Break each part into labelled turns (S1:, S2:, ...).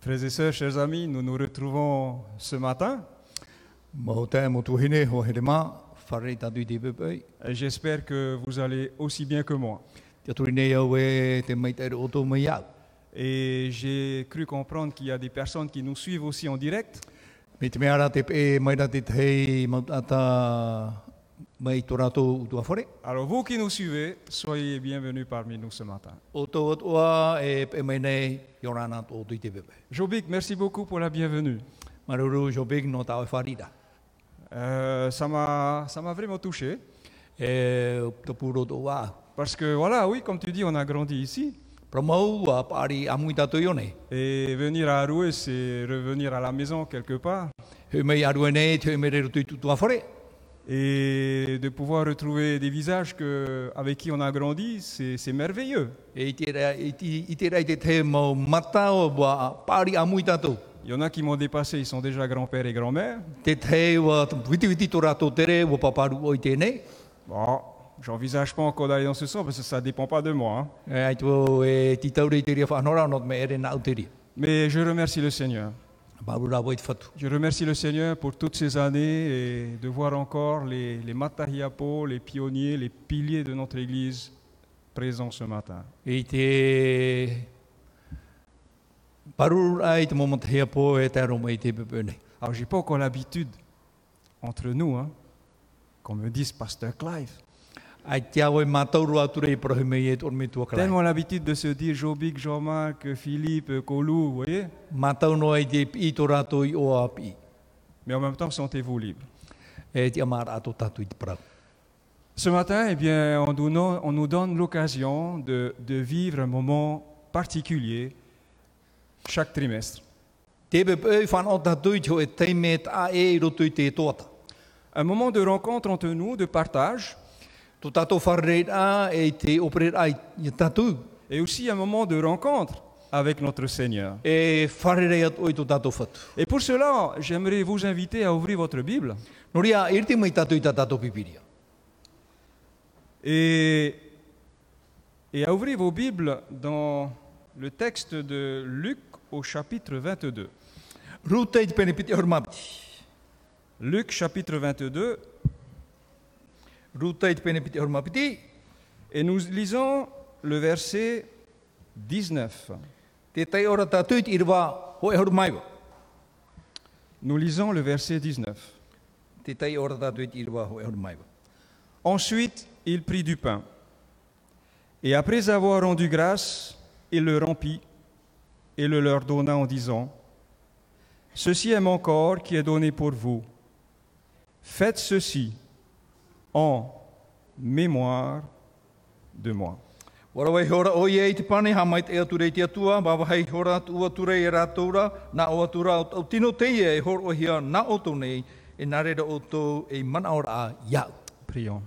S1: Frères et sœurs, chers amis, nous nous retrouvons ce matin.
S2: موتى متوهني هو هدما فري تادو دي بي
S1: Et J'espère que vous allez aussi bien que moi.
S2: تاتوريني يوي تمي تير اوتو ميا
S1: Et j'ai cru comprendre qu'il y a des personnes qui nous suivent aussi en direct.
S2: ميتمي ارا تي بي مي داتي تي موت اتا مي توراتو تو فوري
S1: Alors vous qui nous suivez, soyez bienvenus parmi nous ce matin.
S2: اوتو اوتوا اي بي مي ني يورانا تو دي دي بي
S1: Jobic, merci beaucoup pour la bienvenue.
S2: مارورو جو بيغ نو تاو فاريدا
S1: Euh, ça m'a ça m'a vraiment touché.
S2: اي تو بورو تو وا
S1: Parce que voilà, oui, comme tu dis, on a grandi ici.
S2: برمو وا باري اموي تاتو يوني
S1: Et venir à Aroué, c'est revenir à la maison quelque part.
S2: هيمي ارويني تيمي ريتو تو فوري
S1: Et de pouvoir retrouver des visages que, avec qui on a grandi, c'est c'est merveilleux.
S2: e itera iti- itera ite te mo mata o wa pari amui tatou
S1: Il y en a qui m'ont dépassé, ils sont déjà grand-père et grand-mère.
S2: te te wa viti viti tora to tere wa paparu o ite ne
S1: Bon, j'envisage pas encore d'aller dans ce sens parce que ça dépend pas de moi. hein.
S2: e ai tu e ti tau re tere fa nora not me ere na uteri
S1: Mais je remercie le Seigneur.
S2: babura wa fatu
S1: Je remercie le Seigneur pour toutes ces années et de voir encore les, les Matahiapo, les pionniers, les piliers de notre Église présents ce matin.
S2: e te paru ai te mo te po e te ro mo ite pepe ne
S1: Alors, j'ai pas encore l'habitude entre nous, hein, qu'on me dise Pasteur Clive.
S2: ai te awe matau ro ature i pro me e tor me tu kala
S1: Tellement l'habitude de se dire Jobic, Jean-Marc, Philippe, Colou, vous voyez.
S2: matau no ai te i tora to i o api
S1: Mais en même temps, sentez-vous libre.
S2: e te amar ato tatu i te prau
S1: Ce matin, eh bien, on nous, no- on nous donne l'occasion de, de vivre un moment particulier chaque trimestre.
S2: Te pepe van ota tuit ho e teimet a e roto i te tota.
S1: Un moment de rencontre entre nous, de partage,
S2: Tu tato farreit a e te operer ai i tatu.
S1: et aussi un moment de rencontre avec notre Seigneur.
S2: E farrerei at oi tu tato fatu.
S1: Et pour cela, j'aimerais vous inviter à ouvrir votre Bible
S2: Noria, irti mai tatu i ta tato pipiria.
S1: et, et à ouvrir vos Bibles dans le texte de Luc au chapitre 22.
S2: Rute i te e pene piti hormapti.
S1: Luc chapitre 22,
S2: Rute i te e pene piti hormapti.
S1: et nous lisons le verset 19.
S2: Te tai ora tatu i te irwa ho e hormaiwa.
S1: Nous lisons le verset 19.
S2: Te tai ora tatu i te irwa ho e hormaiwa.
S1: Ensuite, il prit du pain. Et après avoir rendu grâce, il le remplit et le leur donna en disant, Ceci est mon corps qui est donné pour vous. Faites ceci en mémoire de moi.
S2: Warawai hora o i e i te pane, hamai te aturei te atua, wawahai hora tua turei e rātoura, nā o atura o au tino teia e hor o hia nā o tō nei, e nā rera o tō e mana ora a iau.
S1: Prions.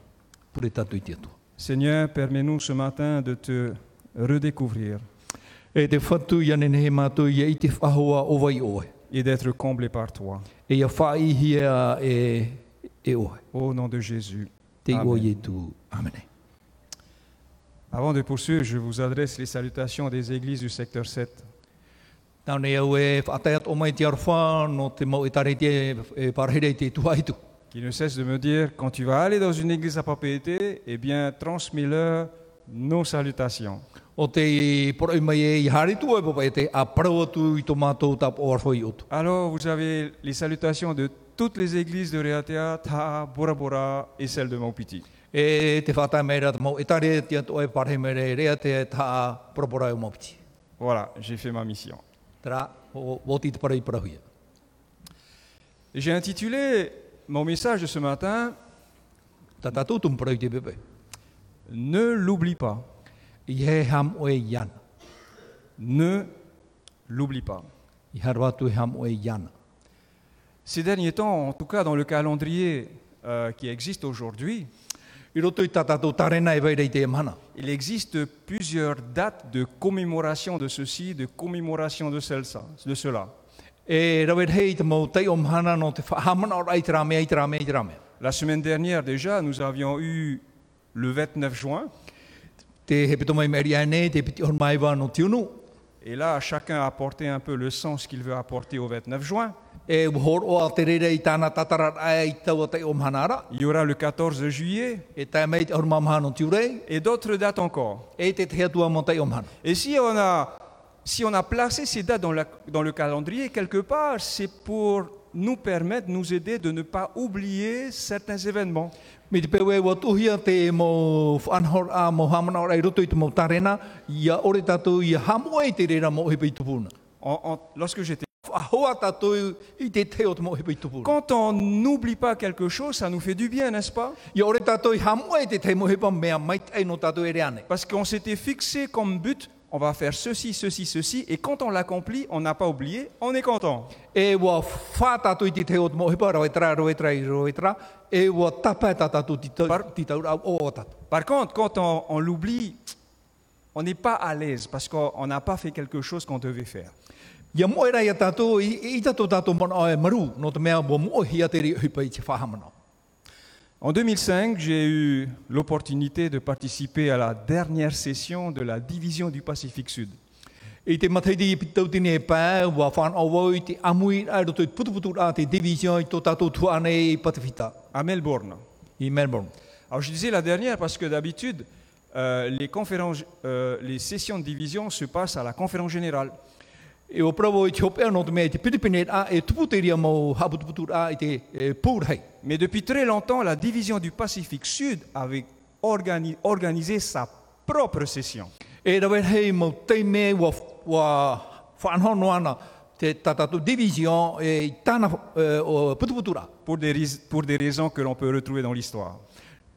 S2: Pure tatu i te atua.
S1: Seigneur, permets-nous ce matin de te redécouvrir
S2: E te whatu ia nene he mātou ia i te whahoa o vai oe.
S1: et d'être comblé par toi.
S2: E ia whai hia e, e oe.
S1: Au nom de Jésus.
S2: Te
S1: Amen.
S2: oe e tu. Amene.
S1: Avant de poursuivre, je vous adresse les salutations des églises du secteur 7.
S2: Tāne au e whaatayat o mai te arwha, no te mau e tare te e parhere te tuaitu.
S1: qui ne cesse de me dire quand tu vas aller dans une église à propriété, eh bien, transmets-leur nos salutations.
S2: O te poroi mai e i haere tu e papa e te a parawa tu i tō mātou tap o arhoi o tu.
S1: Alors, vous avez les salutations de toutes les églises de Reatea, Taha, Bora Bora et celle de Maupiti.
S2: E te whātai mai rata mau e tare te ato e parhe mai re rea te tā propora e o mopiti.
S1: Voilà, j'ai fait ma mission.
S2: Tara, o woti te parai parahuia.
S1: J'ai intitulé mon message de ce matin
S2: Tā tātou tum parai te pepe.
S1: Ne l'oublie pas.
S2: I he ham o e iana.
S1: Ne l'oublie pas.
S2: I harwa tu e ham o e iana.
S1: Ces derniers temps, en tout cas dans le calendrier euh, qui existe aujourd'hui,
S2: I roto i tā tātou tarena e veirei te mana.
S1: il existe plusieurs dates de commémoration de ceci, de commémoration de, celle-ça- de cela.
S2: E rawet hei te mau tei o mhana no te whahamana o rai te rame, ai te rame, ai te rame.
S1: La semaine dernière déjà, nous avions eu le 29 juin
S2: Te he pito mai meri ane, te piti hon maiwa no tiunu.
S1: Et là, chacun a apporté un peu le sens qu'il veut apporter au 29 juin.
S2: E hor o te reira i tāna tatarat ai i taua te o mhanara.
S1: Il y aura le 14 juillet
S2: E tai mei te orma mhano tiurei.
S1: et d'autres dates encore.
S2: E te te heatua mo te o mhana.
S1: Et si on a, si on a placé ces dates dans, la- dans le calendrier, quelque part, c'est pour nous permettre, nous aider de ne pas oublier certains événements.
S2: Me te pewe wa tuhia te mo whanhor a mo hamana ora i roto i te mo tarena. Ia ore tatu ia hamu e te reira mo hepe i tupuna.
S1: En- en- lorsque j'étais.
S2: Ahoa tatu i te te o te mo hepe i tupuna.
S1: Quand on n'oublie pas quelque chose, ça nous fait du bien, n'est-ce pas
S2: Ia ore tatu i hamu e te te mo hepa mea mai te no tatu e reane.
S1: Parce qu'on s'était fixé comme but, on va faire ceci, ceci, ceci, et quand on l'accomplit, on n'a pas oublié, on est content.
S2: E wa whā tātou i te te o te mohipa, roi tra, roi tra, roi tra, e wa tapa e tā tātou ti tau,
S1: Par-
S2: ti tau, au- o o tātou.
S1: Par contre, quand on, on l'oublie, on n'est pas à l'aise parce qu'on on n'a pas fait quelque chose qu'on devait faire.
S2: Ia moera ia tātou, i, i tātou tātou mana ai maru, no te mea wa mo hia te ri hipa i te whahamana.
S1: En 2005, j'ai eu l'opportunité de participer à la dernière session de la division du Pacifique Sud.
S2: I te mataiti i pitau tine e pā, wa whan awau i te amui ai roto i putuputu rā te division i tō tātou tuane i Patawhita,
S1: à Melbourne.
S2: i Melbourne.
S1: Alors je disais la dernière parce que d'habitude, euh, les, conférences, euh, les sessions de division se passent à la conférence générale.
S2: E o prawo i te hopea no te mea i te Piripine rā, e tuputeria mo haputuputu rā i te e, pūrhei.
S1: Mais depuis très longtemps, la division du Pacifique Sud avait organi- organisé sa propre session.
S2: E rawe hei mau tei me wa, wa whanhono ana te tatatu division e i tāna e, o putuputura.
S1: pour des, ris- pour des raisons que l'on peut retrouver dans l'histoire.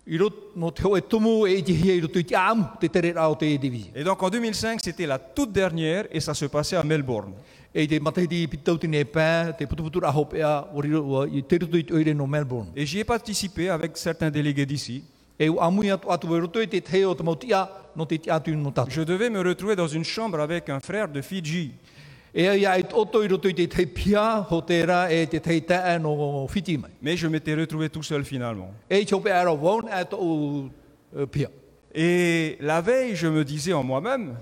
S2: I roto no te hoe tumu e i te hia i roto i te amu te tere rao te division.
S1: Et donc en 2005, c'était la toute dernière et ça se passait à Melbourne.
S2: E i te matahiti i pitau tine e pā, te putuputura hopea o riro ua i te roto i te oire no Melbourne.
S1: Et j'y ai participé avec certains délégués d'ici.
S2: E u amui atu atu e roto i te te o te mautia no te te atu no tatu.
S1: Je devais me retrouver dans une chambre avec un frère de Fidji.
S2: E ia i oto i roto i te te pia ho te rā e te te tae no whiti mai.
S1: Mais je m'étais retrouvé tout seul finalement.
S2: E i chopea aro won e to u e, pia.
S1: Et la veille, je me disais en moi-même,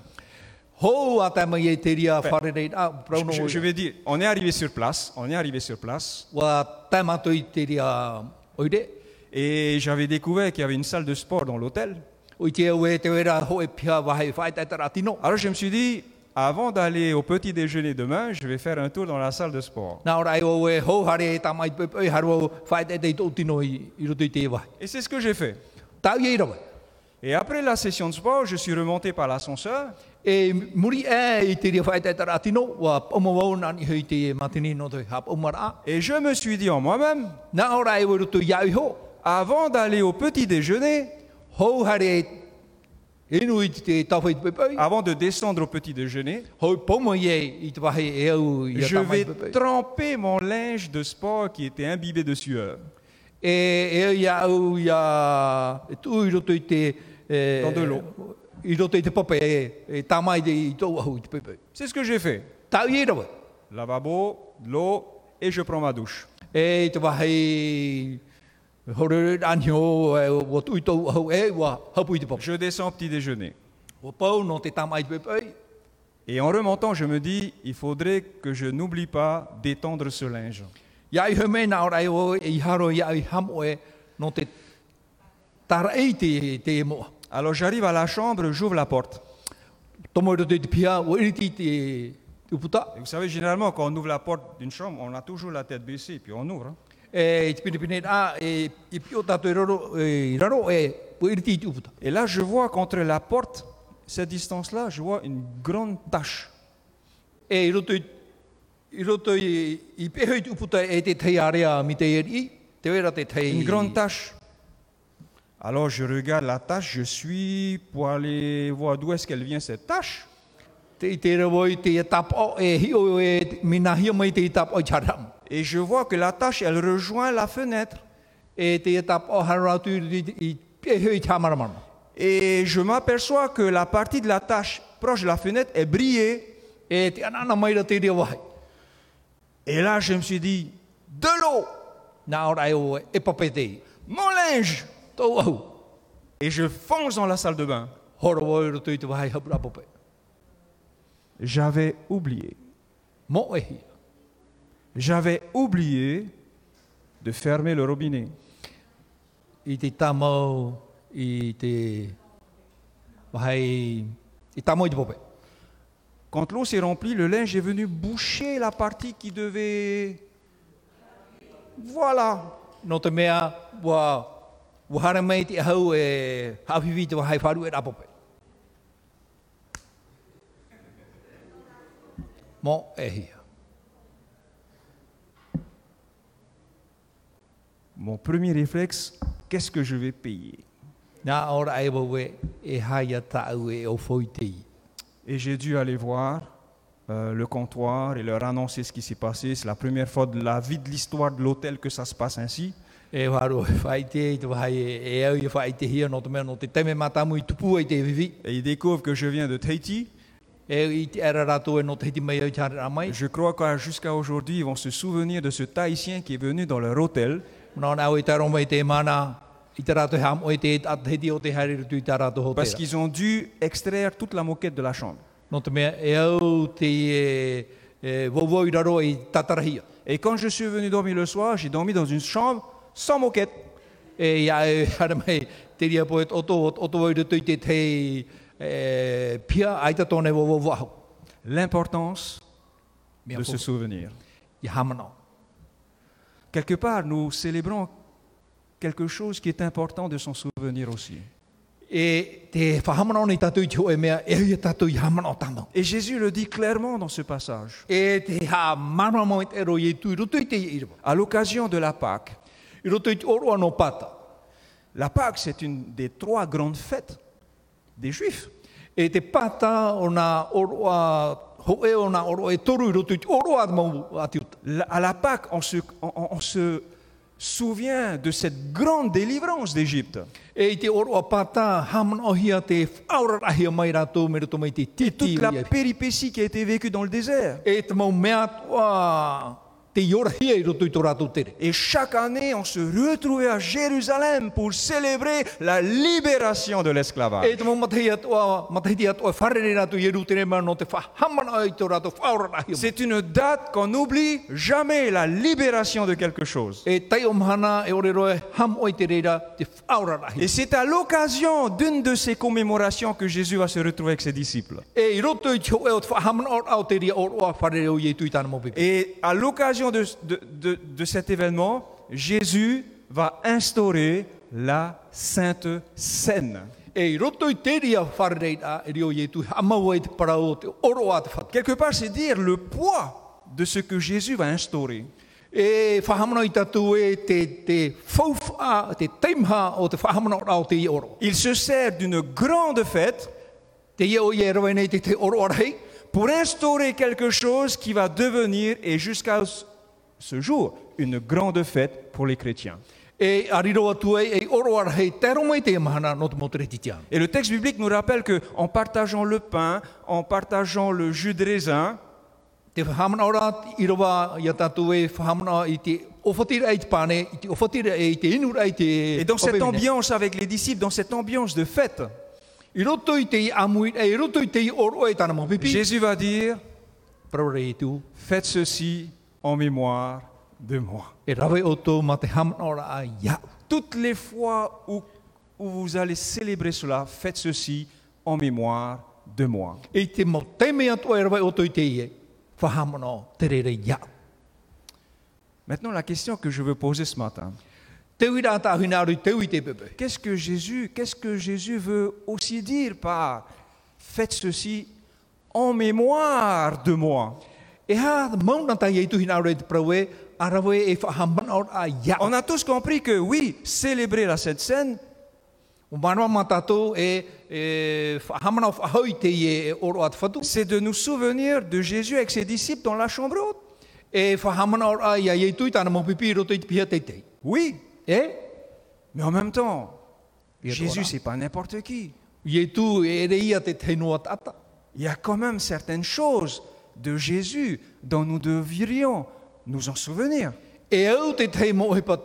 S2: Ho ata mai e te ria whare rei a
S1: je,
S2: brauno
S1: je- je
S2: o
S1: vais dire, on est arrivé sur place, on est arrivé sur place.
S2: wa tamato i te ria oire
S1: Et j'avais découvert qu'il y avait une salle de sport dans l'hôtel.
S2: o i te au e te wera ho e pia wahai whai tai tara tino
S1: Alors je me suis dit, avant d'aller au petit déjeuner demain, je vais faire un tour dans la salle de sport.
S2: nā ora ai o e ho hare e tamai pe pe haro whai tai tai tō tino i i roto i te wahai
S1: Et c'est ce que j'ai fait.
S2: tau i rawa
S1: Et après la session de sport, je suis remonté par l'ascenseur
S2: e muri e i te ria whai tai tara tino wa omo wau nani hei te matini no te hap omara
S1: et je me suis dit en moi-même,
S2: nā ora ai o e roto i au ho
S1: avant d'aller au petit déjeuner,
S2: ho hare inu i te tawhai pe pe
S1: avant de descendre au petit déjeuner,
S2: ho pomo i e i te wahai e au i a
S1: je
S2: tamai
S1: vais
S2: pe pe
S1: tremper mon linge de sport qui était imbibé de sueur
S2: e e ia au ia e tu i roto i te e,
S1: Tondelo.
S2: i roto i te pape e, e tamai de i tau au i te pepe
S1: C'est ce que j'ai fait.
S2: tau i e rawa
S1: Lavabo, de l'eau et je prends ma douche.
S2: e te wahai hore anhio e o tu i tau au e wa hapu i te pape
S1: Je descends au petit déjeuner.
S2: o pau no te tamai i te pepe
S1: Et en remontant, je me dis, il faudrait que je n'oublie pas d'étendre ce linge.
S2: ia i home na ora e o e i haro ia i ham e no te tara e te te moa
S1: Alors j'arrive à la chambre, j'ouvre la porte.
S2: tomo i roto i te pia o iriti i te te uputa
S1: Et vous savez, généralement, quand on ouvre la porte d'une chambre, on a toujours la tête baissée, puis on ouvre. hein.
S2: e i te pinepine rā e i pio tātou i raro e i raro e puiriti i te uputa.
S1: Et là, je vois qu'entre la porte, cette distance-là, je vois une grande tache.
S2: E i roto i, i roto i, i peho i te uputa e te tei area mi te eri, te wera te tei...
S1: Une grande tache. Alors, je regarde la tache, je suis pour aller voir d'où est-ce qu'elle vient, cette tache.
S2: Te i te rawa i te tapo e hio e mina hio mai te i tapo i charam.
S1: Et je vois que la tache, elle rejoint la fenêtre.
S2: E te i tapo haratu i, i, i peho i chamaramana.
S1: Et je m'aperçois que la partie de la tache proche de la fenêtre est brillée.
S2: E te anana mai ra te rea wahai.
S1: Et là, je me suis dit, de l'eau,
S2: Nā ora e o e papetei.
S1: mon linge.
S2: Tau au,
S1: Et je fonce dans la salle de bain.
S2: horo o i roto i te wahai hapura pope.
S1: J'avais oublié.
S2: Mo e hia.
S1: J'avais oublié de fermer le robinet.
S2: I te tamau, i te wahai, i tamau i te pope.
S1: Quand l'eau s'est remplie, le linge est venu boucher la partie qui devait... Voilà.
S2: No te mea, wa, wahara mei te ahau e hawhiwi te wahai wharu e rā pope. Mo e hia.
S1: Mon premier réflexe, qu'est-ce que je vais payer
S2: Nā ora e wawe e haia tāu e o foitei.
S1: Et j'ai dû aller voir euh, le comptoir et leur annoncer ce qui s'est passé. C'est la première fois de la vie de l'histoire de l'hôtel que ça se passe ainsi.
S2: E wharo e whaite, te wahai e, e au e whaite hia no te mea no te teme matamu i tupu e te vivi.
S1: Et ils découvrent que je viens de Tahiti.
S2: E i te ara rātou e no te hiti mai au tāre rā mai.
S1: Je crois qu'à jusqu'à aujourd'hui, ils vont se souvenir de ce Tahitien qui est venu dans leur hôtel
S2: Nā nā au e tā roma i te mana, i te rātou e ham o e te at hiti o te haere rutu i tā rātou
S1: parce
S2: hotera.
S1: qu'ils ont dû extraire toute la moquette de la chambre.
S2: No te mea e au te e, e wawau i raro i tatarahia.
S1: Et quand je suis venu dormir le soir, j'ai dormi dans une chambre sans moquette.
S2: E ia e hara mai te ria poe oto, oto wau i rutu i te tei e, pia aita tōne wawau waho.
S1: L'importance
S2: Mea
S1: de se
S2: poe,
S1: souvenir.
S2: i hamanau.
S1: Quelque part, nous célébrons quelque chose qui est important de s'en souvenir aussi.
S2: E te whahamanau ni tātou i te hoe mea, e hui tātou i hamanau tamau.
S1: Et Jésus le dit clairement dans ce passage,
S2: E te ha marama mo i te ero i e tui roto i te i irawa.
S1: à l'occasion de la Pâque.
S2: I roto i te oro anō pata.
S1: La Pâque, c'est une des trois grandes fêtes des Juifs.
S2: E te pata o nā oro a hoe o nā oro e toru i roto i te oro a mau ati uta.
S1: La- À la Pâque, on se, on- on- on se souvient de cette grande délivrance d'Égypte.
S2: E i te oro a pata hamanau hia te aurarahia mai rātou me roto mai te
S1: Et
S2: titi.
S1: toute la
S2: o ia.
S1: péripétie qui a été vécue dans le désert.
S2: E te mau mea toa te iorahia i roto i tō rātou tere.
S1: Et chaque année, on se retrouvait à Jérusalem pour célébrer la libération de l'esclavage.
S2: E te mau matahi atua, matahiti atua wharere rātou i eru tere mea no te whahamanau i tō rātou whaurarahia mai.
S1: C'est une date qu'on n'oublie jamais, la libération de quelque chose.
S2: E tai o mahana e ore roe ham oi te reira te whaurarahi.
S1: Et c'est à l'occasion d'une de ces commémorations que Jésus va se retrouver avec ses disciples.
S2: E i roto i te hoe o te whahamana o au te ria o roa wharere o i tui tāna mō pipi.
S1: Et à l'occasion de, de- de- de cet événement, Jésus va instaurer la Sainte Seine.
S2: E i roto i te ria wharere a e rio i tui amaua i te parao te oro a te whatu.
S1: Quelque part, c'est dire le poids de ce que Jésus va instaurer.
S2: E whahamana i tatu e te, te whauwha, te teimha o te whahamana o au te i oro.
S1: Il se sert d'une grande fête
S2: Te ia o i e rawe nei te te oro arhei.
S1: pour instaurer quelque chose qui va devenir, et jusqu'à ce jour, une grande fête pour les chrétiens.
S2: E ariro atu e e oro arhei te roma i te mahana no te motere titiana.
S1: Et le texte biblique nous rappelle que en partageant le pain, en partageant le jus de raisin,
S2: Te whahamana ora i roa i a tatu e whahamana i te ofatira e te pane, i te ofatira e te inura i te
S1: et dans cette
S2: papemine.
S1: ambiance avec les disciples, dans cette ambiance de fête,
S2: I roto i te i amui, e i roto i te i oro e tana mōpipi.
S1: Jésus va dire
S2: Praore i tu,
S1: Faites ceci en mémoire de moi.
S2: e rawe o tō ma te hamana ora a iau.
S1: Toutes les fois où, où vous allez célébrer cela, faites ceci en mémoire de moi.
S2: E te mau teme atua e rawe o tō i te i e, whahamana o te rere iau.
S1: Maintenant, la question que je veux poser ce matin.
S2: Te ui rāta ahui nā rui, te ui te pepe.
S1: Qu'est-ce que Jésus, qu'est-ce que Jésus veut aussi dire par faites ceci en mémoire de moi
S2: E hā mauna tai e tuhi nā rui te prawe, a rawe e whahamana ora a iau.
S1: On a tous compris que oui, célébrer la Sainte Seine,
S2: O manawa mā tātou e, e whahamana o whahau i te i e, e oro at whatu.
S1: c'est de nous souvenir de Jésus avec ses disciples dans la chambre haute.
S2: E whahamana ora a ia i tui tāna mōpipi roto i te pia te te.
S1: Oui,
S2: E?
S1: mais en même temps,
S2: Il y a
S1: Jésus,
S2: droit.
S1: c'est pas n'importe qui.
S2: Ie tu e reia te teinoa tata.
S1: Il y a quand même certaines choses de Jésus dont nous devrions nous en souvenir.
S2: E au te tei mo hepa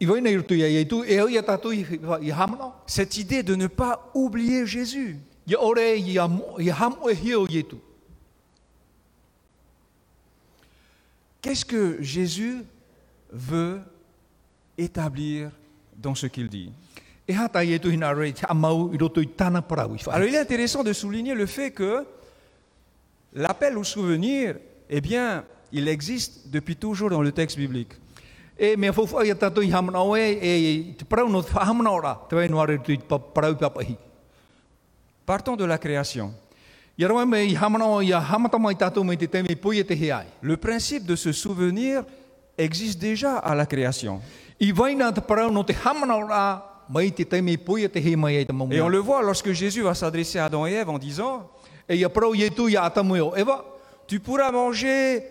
S2: i wai nei rutu ia iei tu, e au ia tatu i, i hamana.
S1: Cette idée de ne pas oublier Jésus.
S2: Ia ore i, am, i ham o hia o ietu.
S1: Qu'est-ce que Jésus veut établir dans ce qu'il dit
S2: E hata i e tuhina rei te amau i roto i tāna parau i
S1: Alors
S2: whaare.
S1: il est intéressant de souligner le fait que l'appel au souvenir, eh bien, il existe depuis toujours dans le texte biblique.
S2: E mea fōwha i a tātou i hamana oe e i te parau no te whahamana ora te wai noare roto i te pa- parau i papahi.
S1: Partons de la création.
S2: Ia rawa me i hamana o i a hamata mai tātou me te teme pui e te he ai.
S1: Le principe de se souvenir existe déjà à la création.
S2: I waina te parau no te hamana ora mai te teme pui e te he mai e te
S1: Et on
S2: maumea.
S1: le voit lorsque Jésus va s'adresser à Adam et Ève en disant
S2: E ia parau i e tu i a atamu e o ewa.
S1: Tu pourras manger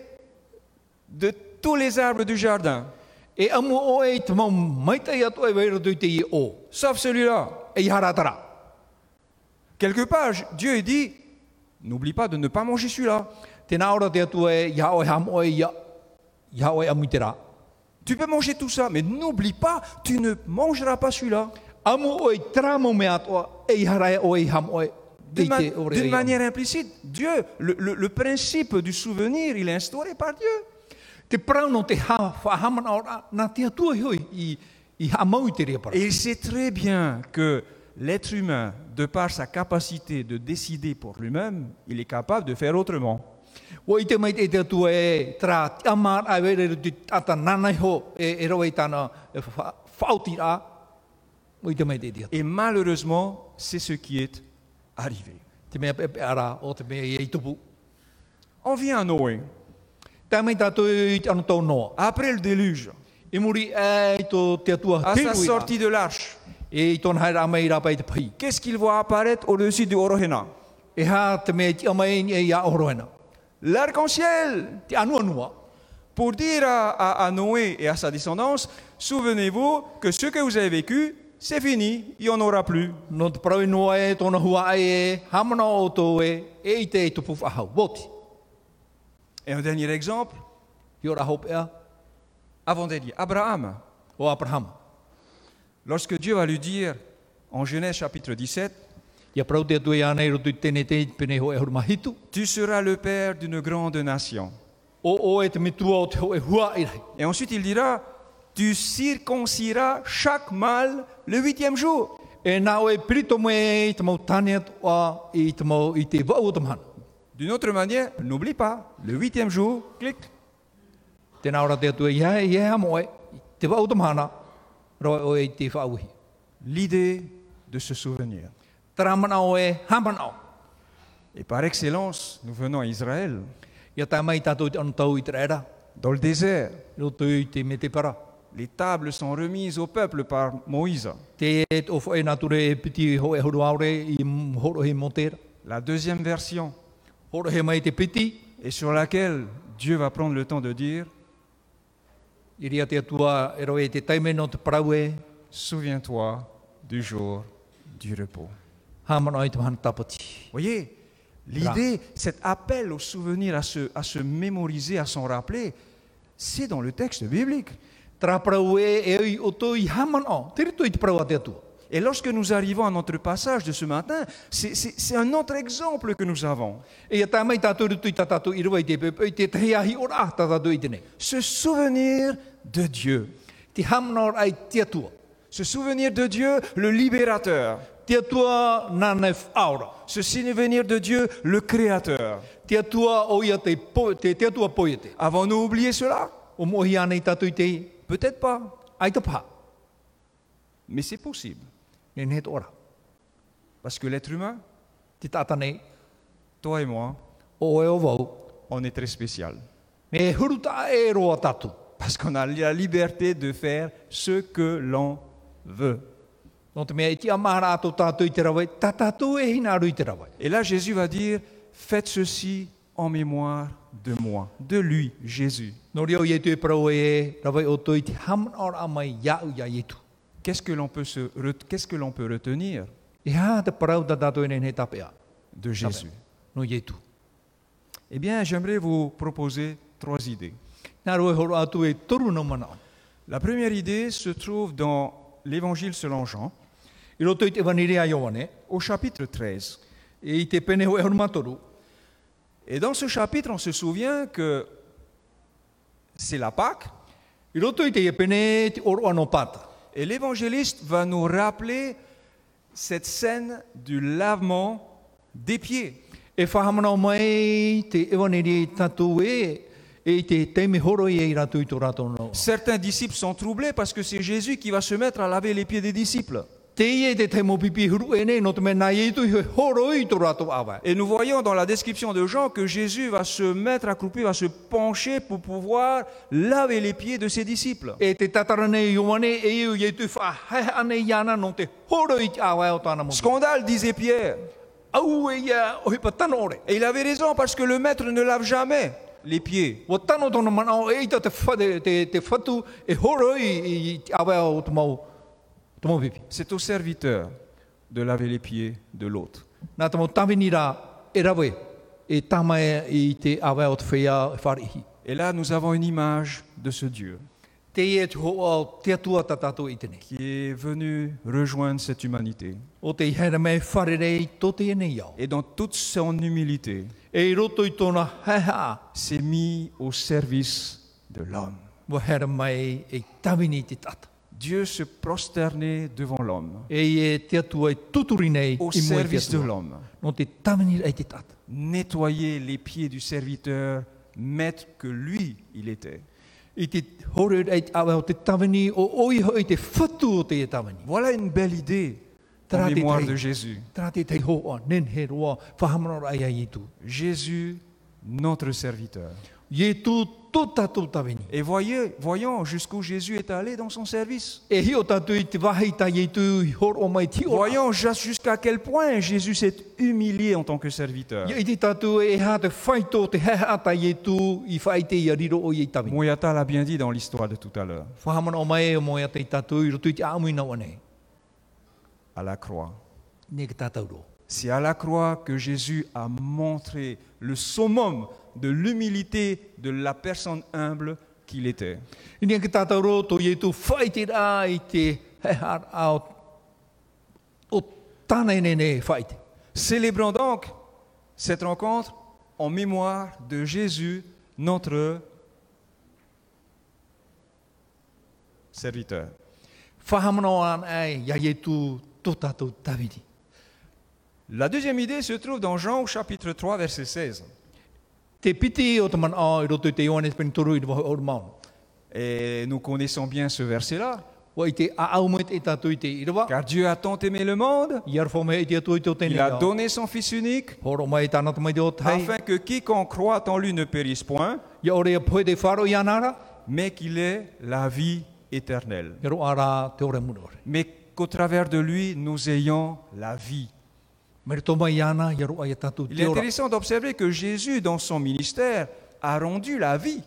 S1: de tous les arbres du jardin,
S2: E amu o e i te mau maita i atu e wai roto i te i o.
S1: sauf celui-là.
S2: E i haratara.
S1: Quelque part, J- Dieu il dit N'oublie pas de ne pas manger celui-là.
S2: Tēnā ora te atu e i hao e ham o e i a- i hao e amu i te rā.
S1: Tu peux manger tout ça, mais n'oublie pas, tu ne mangeras pas celui-là.
S2: Amu o i tramo me atoa e i harae o e i ham o e
S1: D'une
S2: i
S1: ma-
S2: te ore
S1: d'une
S2: e i amu.
S1: manière implicite, Dieu, le, le- le principe du souvenir, il est instauré par Dieu.
S2: Te parau no te ha, whahamana ora, nā te atua hioi i, i hamau i te rea para.
S1: Et il sait très bien que l'être humain, de par sa capacité de décider pour lui-même, il est capable de faire autrement.
S2: O i te mai te atua e tra te amar a were te tata nanai ho e, e rawa i tāna e wha- whauti rā. O i te mai te atua.
S1: Et malheureusement, c'est ce qui est arrivé.
S2: Te mea pepe ara o te mea i e i tupu.
S1: On vient à Noé,
S2: Tā mai tātou i anu tau noa.
S1: après le déluge,
S2: I muri e i tō te atua
S1: à sa
S2: teru i rā.
S1: sortie de l'arche.
S2: E i tōna haere amai rā pai te pai.
S1: Qu'est-ce qu'il voit apparaître au-dessus du Horohena
S2: E hā te mea ti amai ni e i a oroena.
S1: L'arc-en-ciel
S2: Te anua nua.
S1: pour dire à, à- à Noé et à sa descendance, souvenez-vous que ce que vous avez vécu, c'est fini, il n'y en aura plus.
S2: No te parawe noa e, tōna hua ai e, hamana o tō e, e i te e tupu whahau. Woti,
S1: Et un dernier exemple,
S2: i ora hopea
S1: avant-dernier, Abraham,
S2: o Abraham.
S1: lorsque Dieu va lui dire en Genèse chapitre 17,
S2: Ia parau te atu e anei rotu i tēne te pene ho e huru mahitu.
S1: tu seras le père d'une grande nation.
S2: O o e te mitua o te ho e hua i rei.
S1: Et ensuite il dira, tu circonciras chaque mâle le huitième jour.
S2: E nā o e pirito mo e i te mau tāne atu a i te mau i te vau o te mahana.
S1: D'une autre manière, n'oublie pas, le huitième jour, clic,
S2: Tēnā ora te atu e ia e ia mo e, i te vau o te mahana, roi o e i te whauhi.
S1: l'idée de se souvenir.
S2: Tara mana o e, hamana o.
S1: Et par excellence, nous venons à Israël,
S2: Ia tā mai tātou i te anu tau i te rera.
S1: dans le désert.
S2: Roto i te me te para.
S1: Les tables sont remises au peuple par Moïse.
S2: Te e o whae nā ture e piti ho e horo aore i m- horo he motera.
S1: La deuxième version,
S2: Horo he mai te piti,
S1: et sur laquelle Dieu va prendre le temps de dire,
S2: i ria te atua e roe te taime no te parau e,
S1: souviens-toi du jour du repos.
S2: hāmana ai te mahana tapati.
S1: Voyez, l'idée, cet appel au souvenir, à se, à se mémoriser, à s'en rappeler, c'est dans le texte biblique.
S2: Tara parau e e oi o tō i hāmana o, te rito i te parau a te atua.
S1: Et lorsque nous arrivons à notre passage de ce matin, c'est- c'est c'est un autre exemple que nous avons.
S2: E ia tā mai tātou rito i tā tātou i rua i te pepe, i te tahi ahi ora a tā tātou i te nei.
S1: Se souvenir de Dieu.
S2: Te hāmana ora ai te atua.
S1: Se souvenir de Dieu, le libérateur.
S2: Te atua nānei e whaora.
S1: Ce souvenir de Dieu, le Créateur.
S2: Te atua o ia te, po, te, te atua poiete.
S1: Avons-nous oublié cela
S2: O mohi anei tātou i te
S1: Peut-être pas,
S2: ai te paha.
S1: mais c'est possible.
S2: Nenei te ora.
S1: Parce que l'être humain,
S2: Te tāta nei,
S1: toi et moi,
S2: o e o vau,
S1: on est très spécial.
S2: me huruta e roa tatu.
S1: Parce qu'on a la liberté de faire ce que l'on veut.
S2: No te mea iti amahara ato tātou i te rawai, tā tātou e hina aru i te rawai.
S1: Et là, Jésus va dire, faites ceci en mémoire de moi, de lui, Jésus.
S2: No reo i etu e parau e rawai o tō i te haman ora amai iau ia i etu.
S1: Qu'est-ce que l'on peut, se re- qu'est-ce que l'on peut retenir
S2: E hā te parau tā tātou e nei tapea,
S1: de Jésus
S2: no i etu.
S1: Eh bien, j'aimerais vous proposer trois idées.
S2: Nā roe horo atu e toru no mana.
S1: La première idée se trouve dans l'Évangile selon Jean,
S2: I roto i te vanirea Ioane,
S1: au chapitre 13.
S2: e i te pene ho e horu matoru,
S1: Et dans ce chapitre, on se souvient que c'est la Pâque.
S2: I roto i te ia pene te oro ano pata.
S1: Et l'évangéliste va nous rappeler cette scène du lavement des pieds.
S2: E whahamanau mai te ewaneri tatu e, e i te teime horo i e i ratu i tō rātou noa.
S1: Certains disciples sont troublés parce que c'est Jésus qui va se mettre à laver les pieds des disciples.
S2: Te ia te teimo pipi huru e nei, no te mena i tu i horo i tō rātou awa.
S1: Et nous voyons dans la description de Jean que Jésus va se mettre accroupi, va se pencher pour pouvoir laver les pieds de ses disciples.
S2: E te tatara nei Ioane e iu i tu whahaha ane i ana no te horo i te awa e o tāna mō.
S1: Scandale, disait Pierre.
S2: Au e ia o hipa tano ore.
S1: Et il avait raison parce que le maître ne lave jamais les pieds.
S2: Wa tano tōna manao e i tā te, whate, te, te whatu e horo i, i- i te awa e o tō mau, tō mau pipi.
S1: C'est au serviteur de laver les pieds de l'autre.
S2: Nā tamo tawini rā e rawe e tama e i te awa o te whea e wharihi.
S1: Et là, nous avons une image de ce Dieu
S2: Te e te ho au te atua ta tātou i te nei.
S1: qui est venu rejoindre cette humanité.
S2: O te hera me wharerei tō te e nei au.
S1: Et dans toute son humilité,
S2: E i roto i tōna haha
S1: s'est mis au service de l'homme.
S2: wa hera mai e tawini i te tata.
S1: Dieu se prosternait devant l'homme,
S2: E i e te atua i tuturi nei
S1: au
S2: i mua i te
S1: service de
S2: atua.
S1: l'homme.
S2: No te tawini rei te tata.
S1: Nettoyer les pieds du serviteur, maître que lui, il était.
S2: I te hore rei te awa o te tawini o oi hoi te whatu o te e tawini.
S1: Voilà une belle idée en
S2: Traité
S1: mémoire
S2: très.
S1: de Jésus.
S2: Tara te te ho o nen he roa whahamano rai ai i tū.
S1: Jésus, notre serviteur.
S2: Ie tū tō tātou tawini.
S1: Et voyez, voyons jusqu'où Jésus est allé dans son service.
S2: E hio tātou i te wahi tā i tū i horo o mai ti ora.
S1: Voyons jus- jusqu'à quel point Jésus s'est humilié en tant que serviteur.
S2: Ia i te tātou e hā te whaito te hea tā i tū i whaite i a riro o i tawini.
S1: Moyata l'a bien dit dans l'histoire de tout à l'heure,
S2: Whahamana o mai e o moe a te tātou i rotu i te āmuina o nei.
S1: à la croix.
S2: Ne ka tātou ro.
S1: C'est à la croix que Jésus a montré le summum de l'humilité de la personne humble qu'il était.
S2: I ne ka tātou ro tō i tū whaite rā i te hea rā o, o tāna e nei nei whaite.
S1: Célébrons donc cette rencontre en mémoire de Jésus, notre serviteur.
S2: Whahamana o an ai ia i tū tō tātou tawini.
S1: La deuxième idée se trouve dans Jean au chapitre 3, verset 16.
S2: Te piti o te mana o i rotu i te Ioannes penitoru i te waho o maun.
S1: Et nous connaissons bien ce verset-là.
S2: Wa i te āumuit e tātou i te irawa.
S1: Car Dieu a tant aimé le monde,
S2: Iar fō mea i te atua i tō
S1: il
S2: tēnei
S1: a
S2: au.
S1: donné son Fils unique,
S2: Horo mai tāna tamai te o tai.
S1: afin que quiconque croit en lui ne périsse point,
S2: Ia ore a poe te wharo i anara.
S1: mais qu'il ait la vie éternelle.
S2: Ia roa rā te ore muna ore.
S1: Mais qu'au travers de lui, nous ayons la vie.
S2: Mere tō mai ana, ia roa i a tātou
S1: Il est
S2: te ora.
S1: intéressant d'observer que Jésus, dans son ministère, a rendu la vie.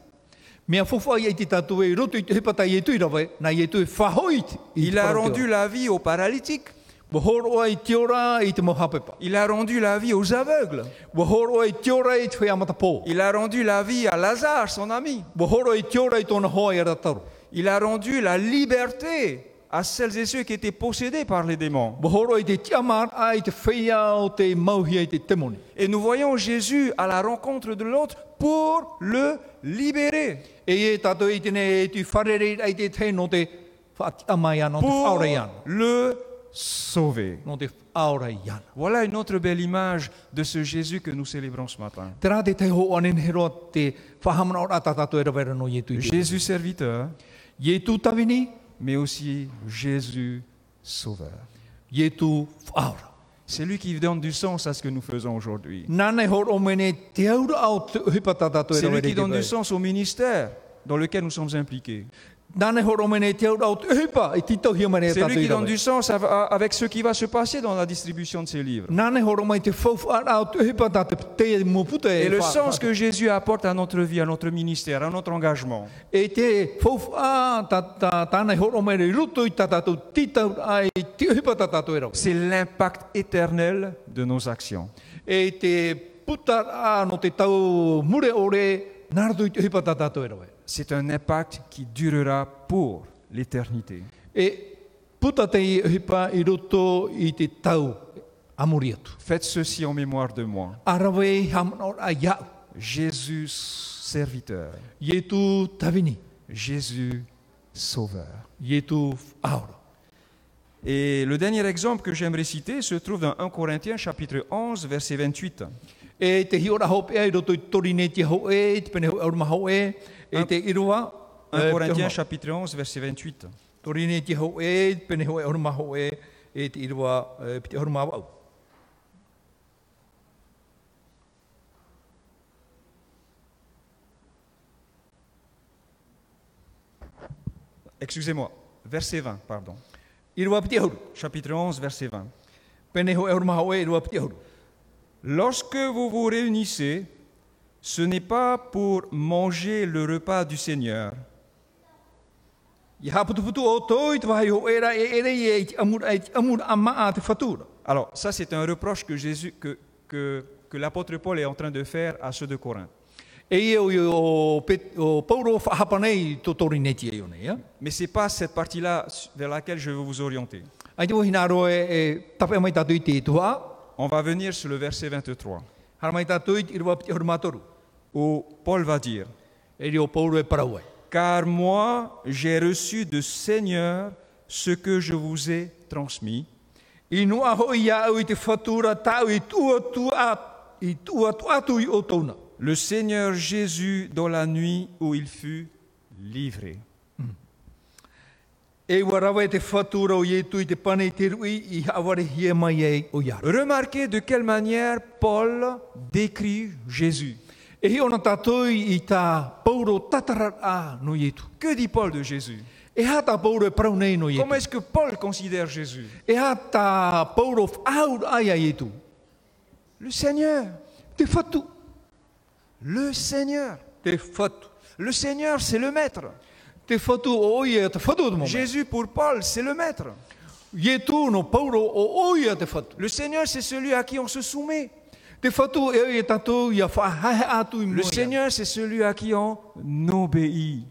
S2: Mea fōwha i te tātou e roto i te hepata i e tui rawe, na i e tui whahoit i
S1: Il
S2: te
S1: a
S2: wharo te
S1: rendu
S2: ora.
S1: la vie aux paralytiques.
S2: Wa horo ai te ora i te mohapepa.
S1: Il a rendu la vie aux aveugles.
S2: Wa horo ai te ora i te whea matapō.
S1: Il a rendu la vie à Lazare, son ami.
S2: Wa horo ai te ora i tōna hoa i arataro.
S1: Il a rendu la liberté à celles et ceux qui étaient possédés par les démons.
S2: Wa horo i te tiamar ai te whea o te mauhia i te temoni.
S1: Et nous voyons Jésus à la rencontre de l'autre pour le libérer,
S2: E e tātou i tēne e tui wharere ai te te no te whaamai ana, no te
S1: pour
S2: whaore ana.
S1: le sauver.
S2: No te whaore ana.
S1: Voilà une autre belle image de ce Jésus que nous célébrons ce matin.
S2: Te rā te te ho anen he roa te whahamana ora tā tātou e rawera no Ietu i tui.
S1: Jésus serviteur,
S2: Ietu tawini,
S1: mais aussi Jésus sauveur.
S2: Ietu whaora.
S1: C'est lui qui donne du sens à ce que nous faisons aujourd'hui.
S2: Nāne hor o mene te aura au te hipa tā tātou e
S1: C'est lui
S2: rawera
S1: qui
S2: i te
S1: donne du
S2: wei.
S1: sens au ministère dans lequel nous sommes impliqués.
S2: Nāne hor o mene te aura au te hipa i tito hia mene e
S1: C'est lui
S2: tātou
S1: qui
S2: i
S1: donne
S2: rawera.
S1: du sens av- a- avec ce qui va se passer dans la distribution de ses livres.
S2: Nāne hor o mene te whaufu ara au te hipa tā te te e mōputa e
S1: Et le
S2: wha-
S1: sens que Jésus apporte à notre vie, à notre ministère, à notre engagement.
S2: E te fōwha tā, tā, tānei horo mai rei ruto i tā tātou titau ai te hipa tā tātou e rawa.
S1: C'est l'impact éternel de nos actions.
S2: E te puta a no te tau mure ore nārdu i te hipa tā tātou e rawa.
S1: C'est un impact qui durera pour l'éternité.
S2: E puta te i hipa i ruto i te tau amuri atu.
S1: Faites ceci en mémoare de moi.
S2: Arawe hamanor a iau.
S1: Jésus serviteur,
S2: Ietu tavini,
S1: Jésus sauveur.
S2: Ietu auro.
S1: Et le dernier exemple que j'aimerais citer se trouve dans 1 Corinthiens chapitre 11 verset 28.
S2: E te hiora hopea i roto i tori nei te hoe, te pene hoi auruma hoe, e
S1: Un-
S2: te irua,
S1: 1
S2: e, te
S1: Corinthiens
S2: hoa.
S1: chapitre 11 verset 28.
S2: tori nei te hoe, te pene hoi auruma hoe, e te irua, e, pite auruma au.
S1: Excusez-moi, verset 20, pardon.
S2: Irua pite auru,
S1: Chapitre 11 verset 20.
S2: pene hoi auruma hoe, irua pite auru.
S1: Lorsque vous vous réunissez, ce n'est pas pour manger le repas du Seigneur,
S2: I haputu putu o toi, te wahai ho era e ere i e i te amur, i te amur a maa te whatura.
S1: Alors, ça, c'est un reproche que, Jésus, que, que, que l'apôtre Paul est en train de faire à ceux de Corinthe.
S2: E i o, i o, pet, o pauro whahapa nei tō tori nei te e o nei, ia?
S1: Mais ce n'est pas cette partie-là vers laquelle je veux vous orienter.
S2: Ai te wahina aro e, e tape mai tātou i te tuha,
S1: On va venir sur le verset 23,
S2: hara mai tātou i te irua piti hori mātoru.
S1: où Paul va dire,
S2: E rio pauro e parauai.
S1: Car moi, j'ai reçu du Seigneur ce que je vous ai transmis.
S2: I noa hoi ia au i te whatura tau i tua tua, i tua tua tu i o tōna.
S1: Le Seigneur Jésus, dans la nuit où il fut livré.
S2: E warawa e te whatura o ietu i te pane i te rui i haware hie mai e o iaro.
S1: Remarquez de quelle manière Paul décrit Jésus.
S2: E hi ona tātou i tā pauro tatarat a no ietu.
S1: Que dit Paul de Jésus
S2: E hā tā pauro e parau nei no ietu.
S1: Comment est-ce que Paul considère Jésus
S2: E hā tā pauro whaur aia ietu.
S1: Le Seigneur,
S2: Te whatu.
S1: le Seigneur.
S2: Te whatu.
S1: Le Seigneur, c'est le maître.
S2: Te whatu o oia te whatu o te mōmea.
S1: Jésus pour Paul, c'est le maître.
S2: Ietu no pauro o oia te whatu.
S1: Le Seigneur, c'est celui à qui on se soumet.
S2: Te whatu e oia tātou i a whahahe atu i
S1: Le
S2: mōia.
S1: Seigneur, c'est celui à qui on obéit.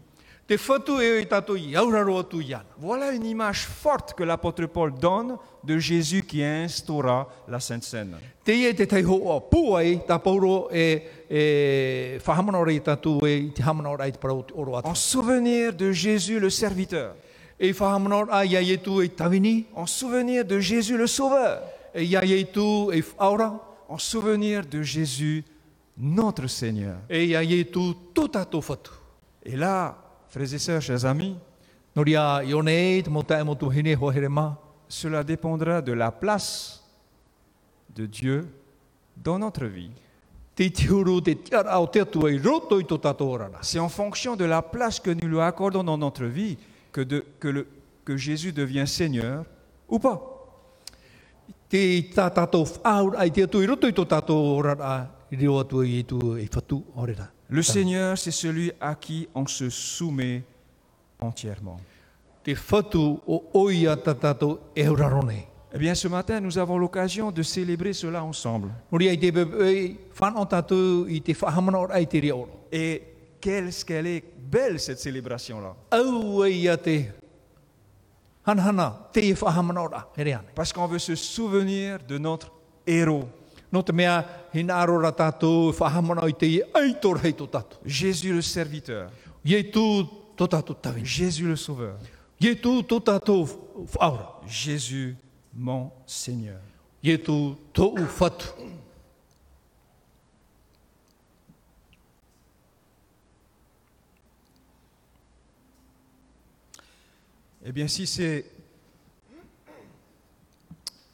S2: Te whatu e i tātou i auraro atu i ana.
S1: Voilà une image forte que l'apôtre Paul donne de Jésus qui instaura la Sainte Seine.
S2: Te ia te teiho o pua e tā pauro e, e whahamana ora i tātou e i te hamana ora i te parau te oro
S1: En
S2: atu.
S1: souvenir de Jésus le serviteur,
S2: E whahamana ora ia i tu e tawini,
S1: en souvenir de Jésus le sauveur,
S2: e ia i tu e aura,
S1: en souvenir de Jésus notre Seigneur.
S2: e ia i tu tō tātou whatu.
S1: Et là, frères et sœurs, chers amis,
S2: Nori a i one e te mota e motu hine hoa here mā.
S1: Cela dépendra de la place de Dieu dans notre vie.
S2: Te tihuru te tiara o te atua i roto i tō tātou orana.
S1: C'est en fonction de la place que nous lui accordons dans notre vie que, de- que le- que Jésus devient Seigneur ou pas.
S2: Te tā tātou whaura ai te atu i roto i tō tātou orana i reo atua i tu e whatu orera.
S1: Le Seigneur, c'est celui à qui on se soumet entièrement.
S2: Te whatu o oia tā tātou e urarone.
S1: Eh bien, ce matin, nous avons l'occasion de célébrer cela ensemble.
S2: Nori ai te bebe e whanau tātou i te whahamana ora ai te rea oro.
S1: Et quelle, qu'elle est belle cette célébration-là.
S2: Au oia te hanhana te e whahamana ora he rea nei.
S1: Parce qu'on veut se souvenir de notre héros,
S2: No te mea hina arora tātou e whahamana i te i aitor hei tō tātou.
S1: Jésus le serviteur,
S2: Ie tū tō tātou tawini.
S1: Jésus le sauveur.
S2: Ie tū tō tātou whaura.
S1: Jésus, mon Seigneur.
S2: Ie tū tō u whatu.
S1: Eh bien, si c'est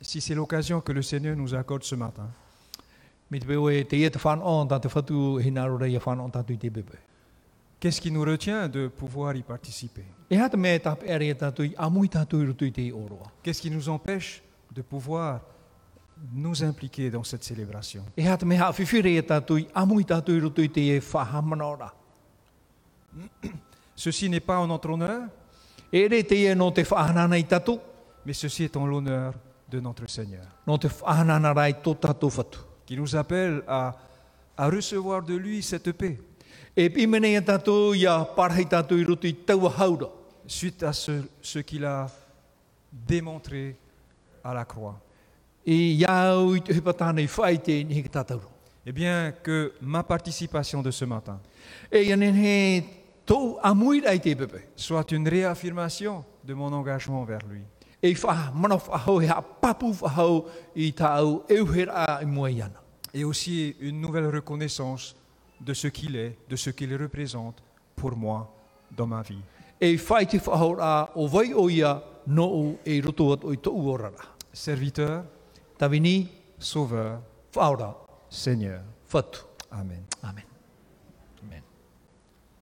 S1: si c'est l'occasion que le Seigneur nous accorde ce matin,
S2: Me te bebe te e te whanau tā te whatu hina arora i e whanau tātou i te bebe.
S1: qu'est-ce qui nous retient de pouvoir y participer
S2: E hata mea e tāpe ere tātou i amui tātou i rutu i te i oroa.
S1: Qu'est-ce qui nous empêche de pouvoir nous impliquer dans cette célébration
S2: E hata me hawhiwhiri e tātou i amu i tātou i roto i te e whahamana ora.
S1: Ceci n'est pas en notre honneur,
S2: E re te e no te whahanana i tātou,
S1: mais ceci est en l'honneur de notre Seigneur,
S2: no te whahanana rai tō tātou whatu.
S1: qui nous appelle à, à recevoir de lui cette paix
S2: E pimene e tātou i a parhei tātou i roto i taua haura,
S1: suite à ce, ce qu'il a démontré à la croix.
S2: e iau i te hepatana i whai te nihi ki tātauro.
S1: Eh bien, que ma participation de ce matin
S2: E ia nen he tau amuira i te pepe.
S1: soit une réaffirmation de mon engagement vers lui.
S2: E wha mana whahau he a papu whahau i tā au euhera i mua i ana.
S1: et aussi une nouvelle reconnaissance de ce qu'il est, de ce qu'il représente pour moi dans ma vie.
S2: E whai te whahau rā o vai o ia no o e roto atu i tau orara.
S1: Serviteur,
S2: Tawini,
S1: Sauveur,
S2: whaora,
S1: Seigneur.
S2: whatu.
S1: Amen.
S2: Amen. Amen.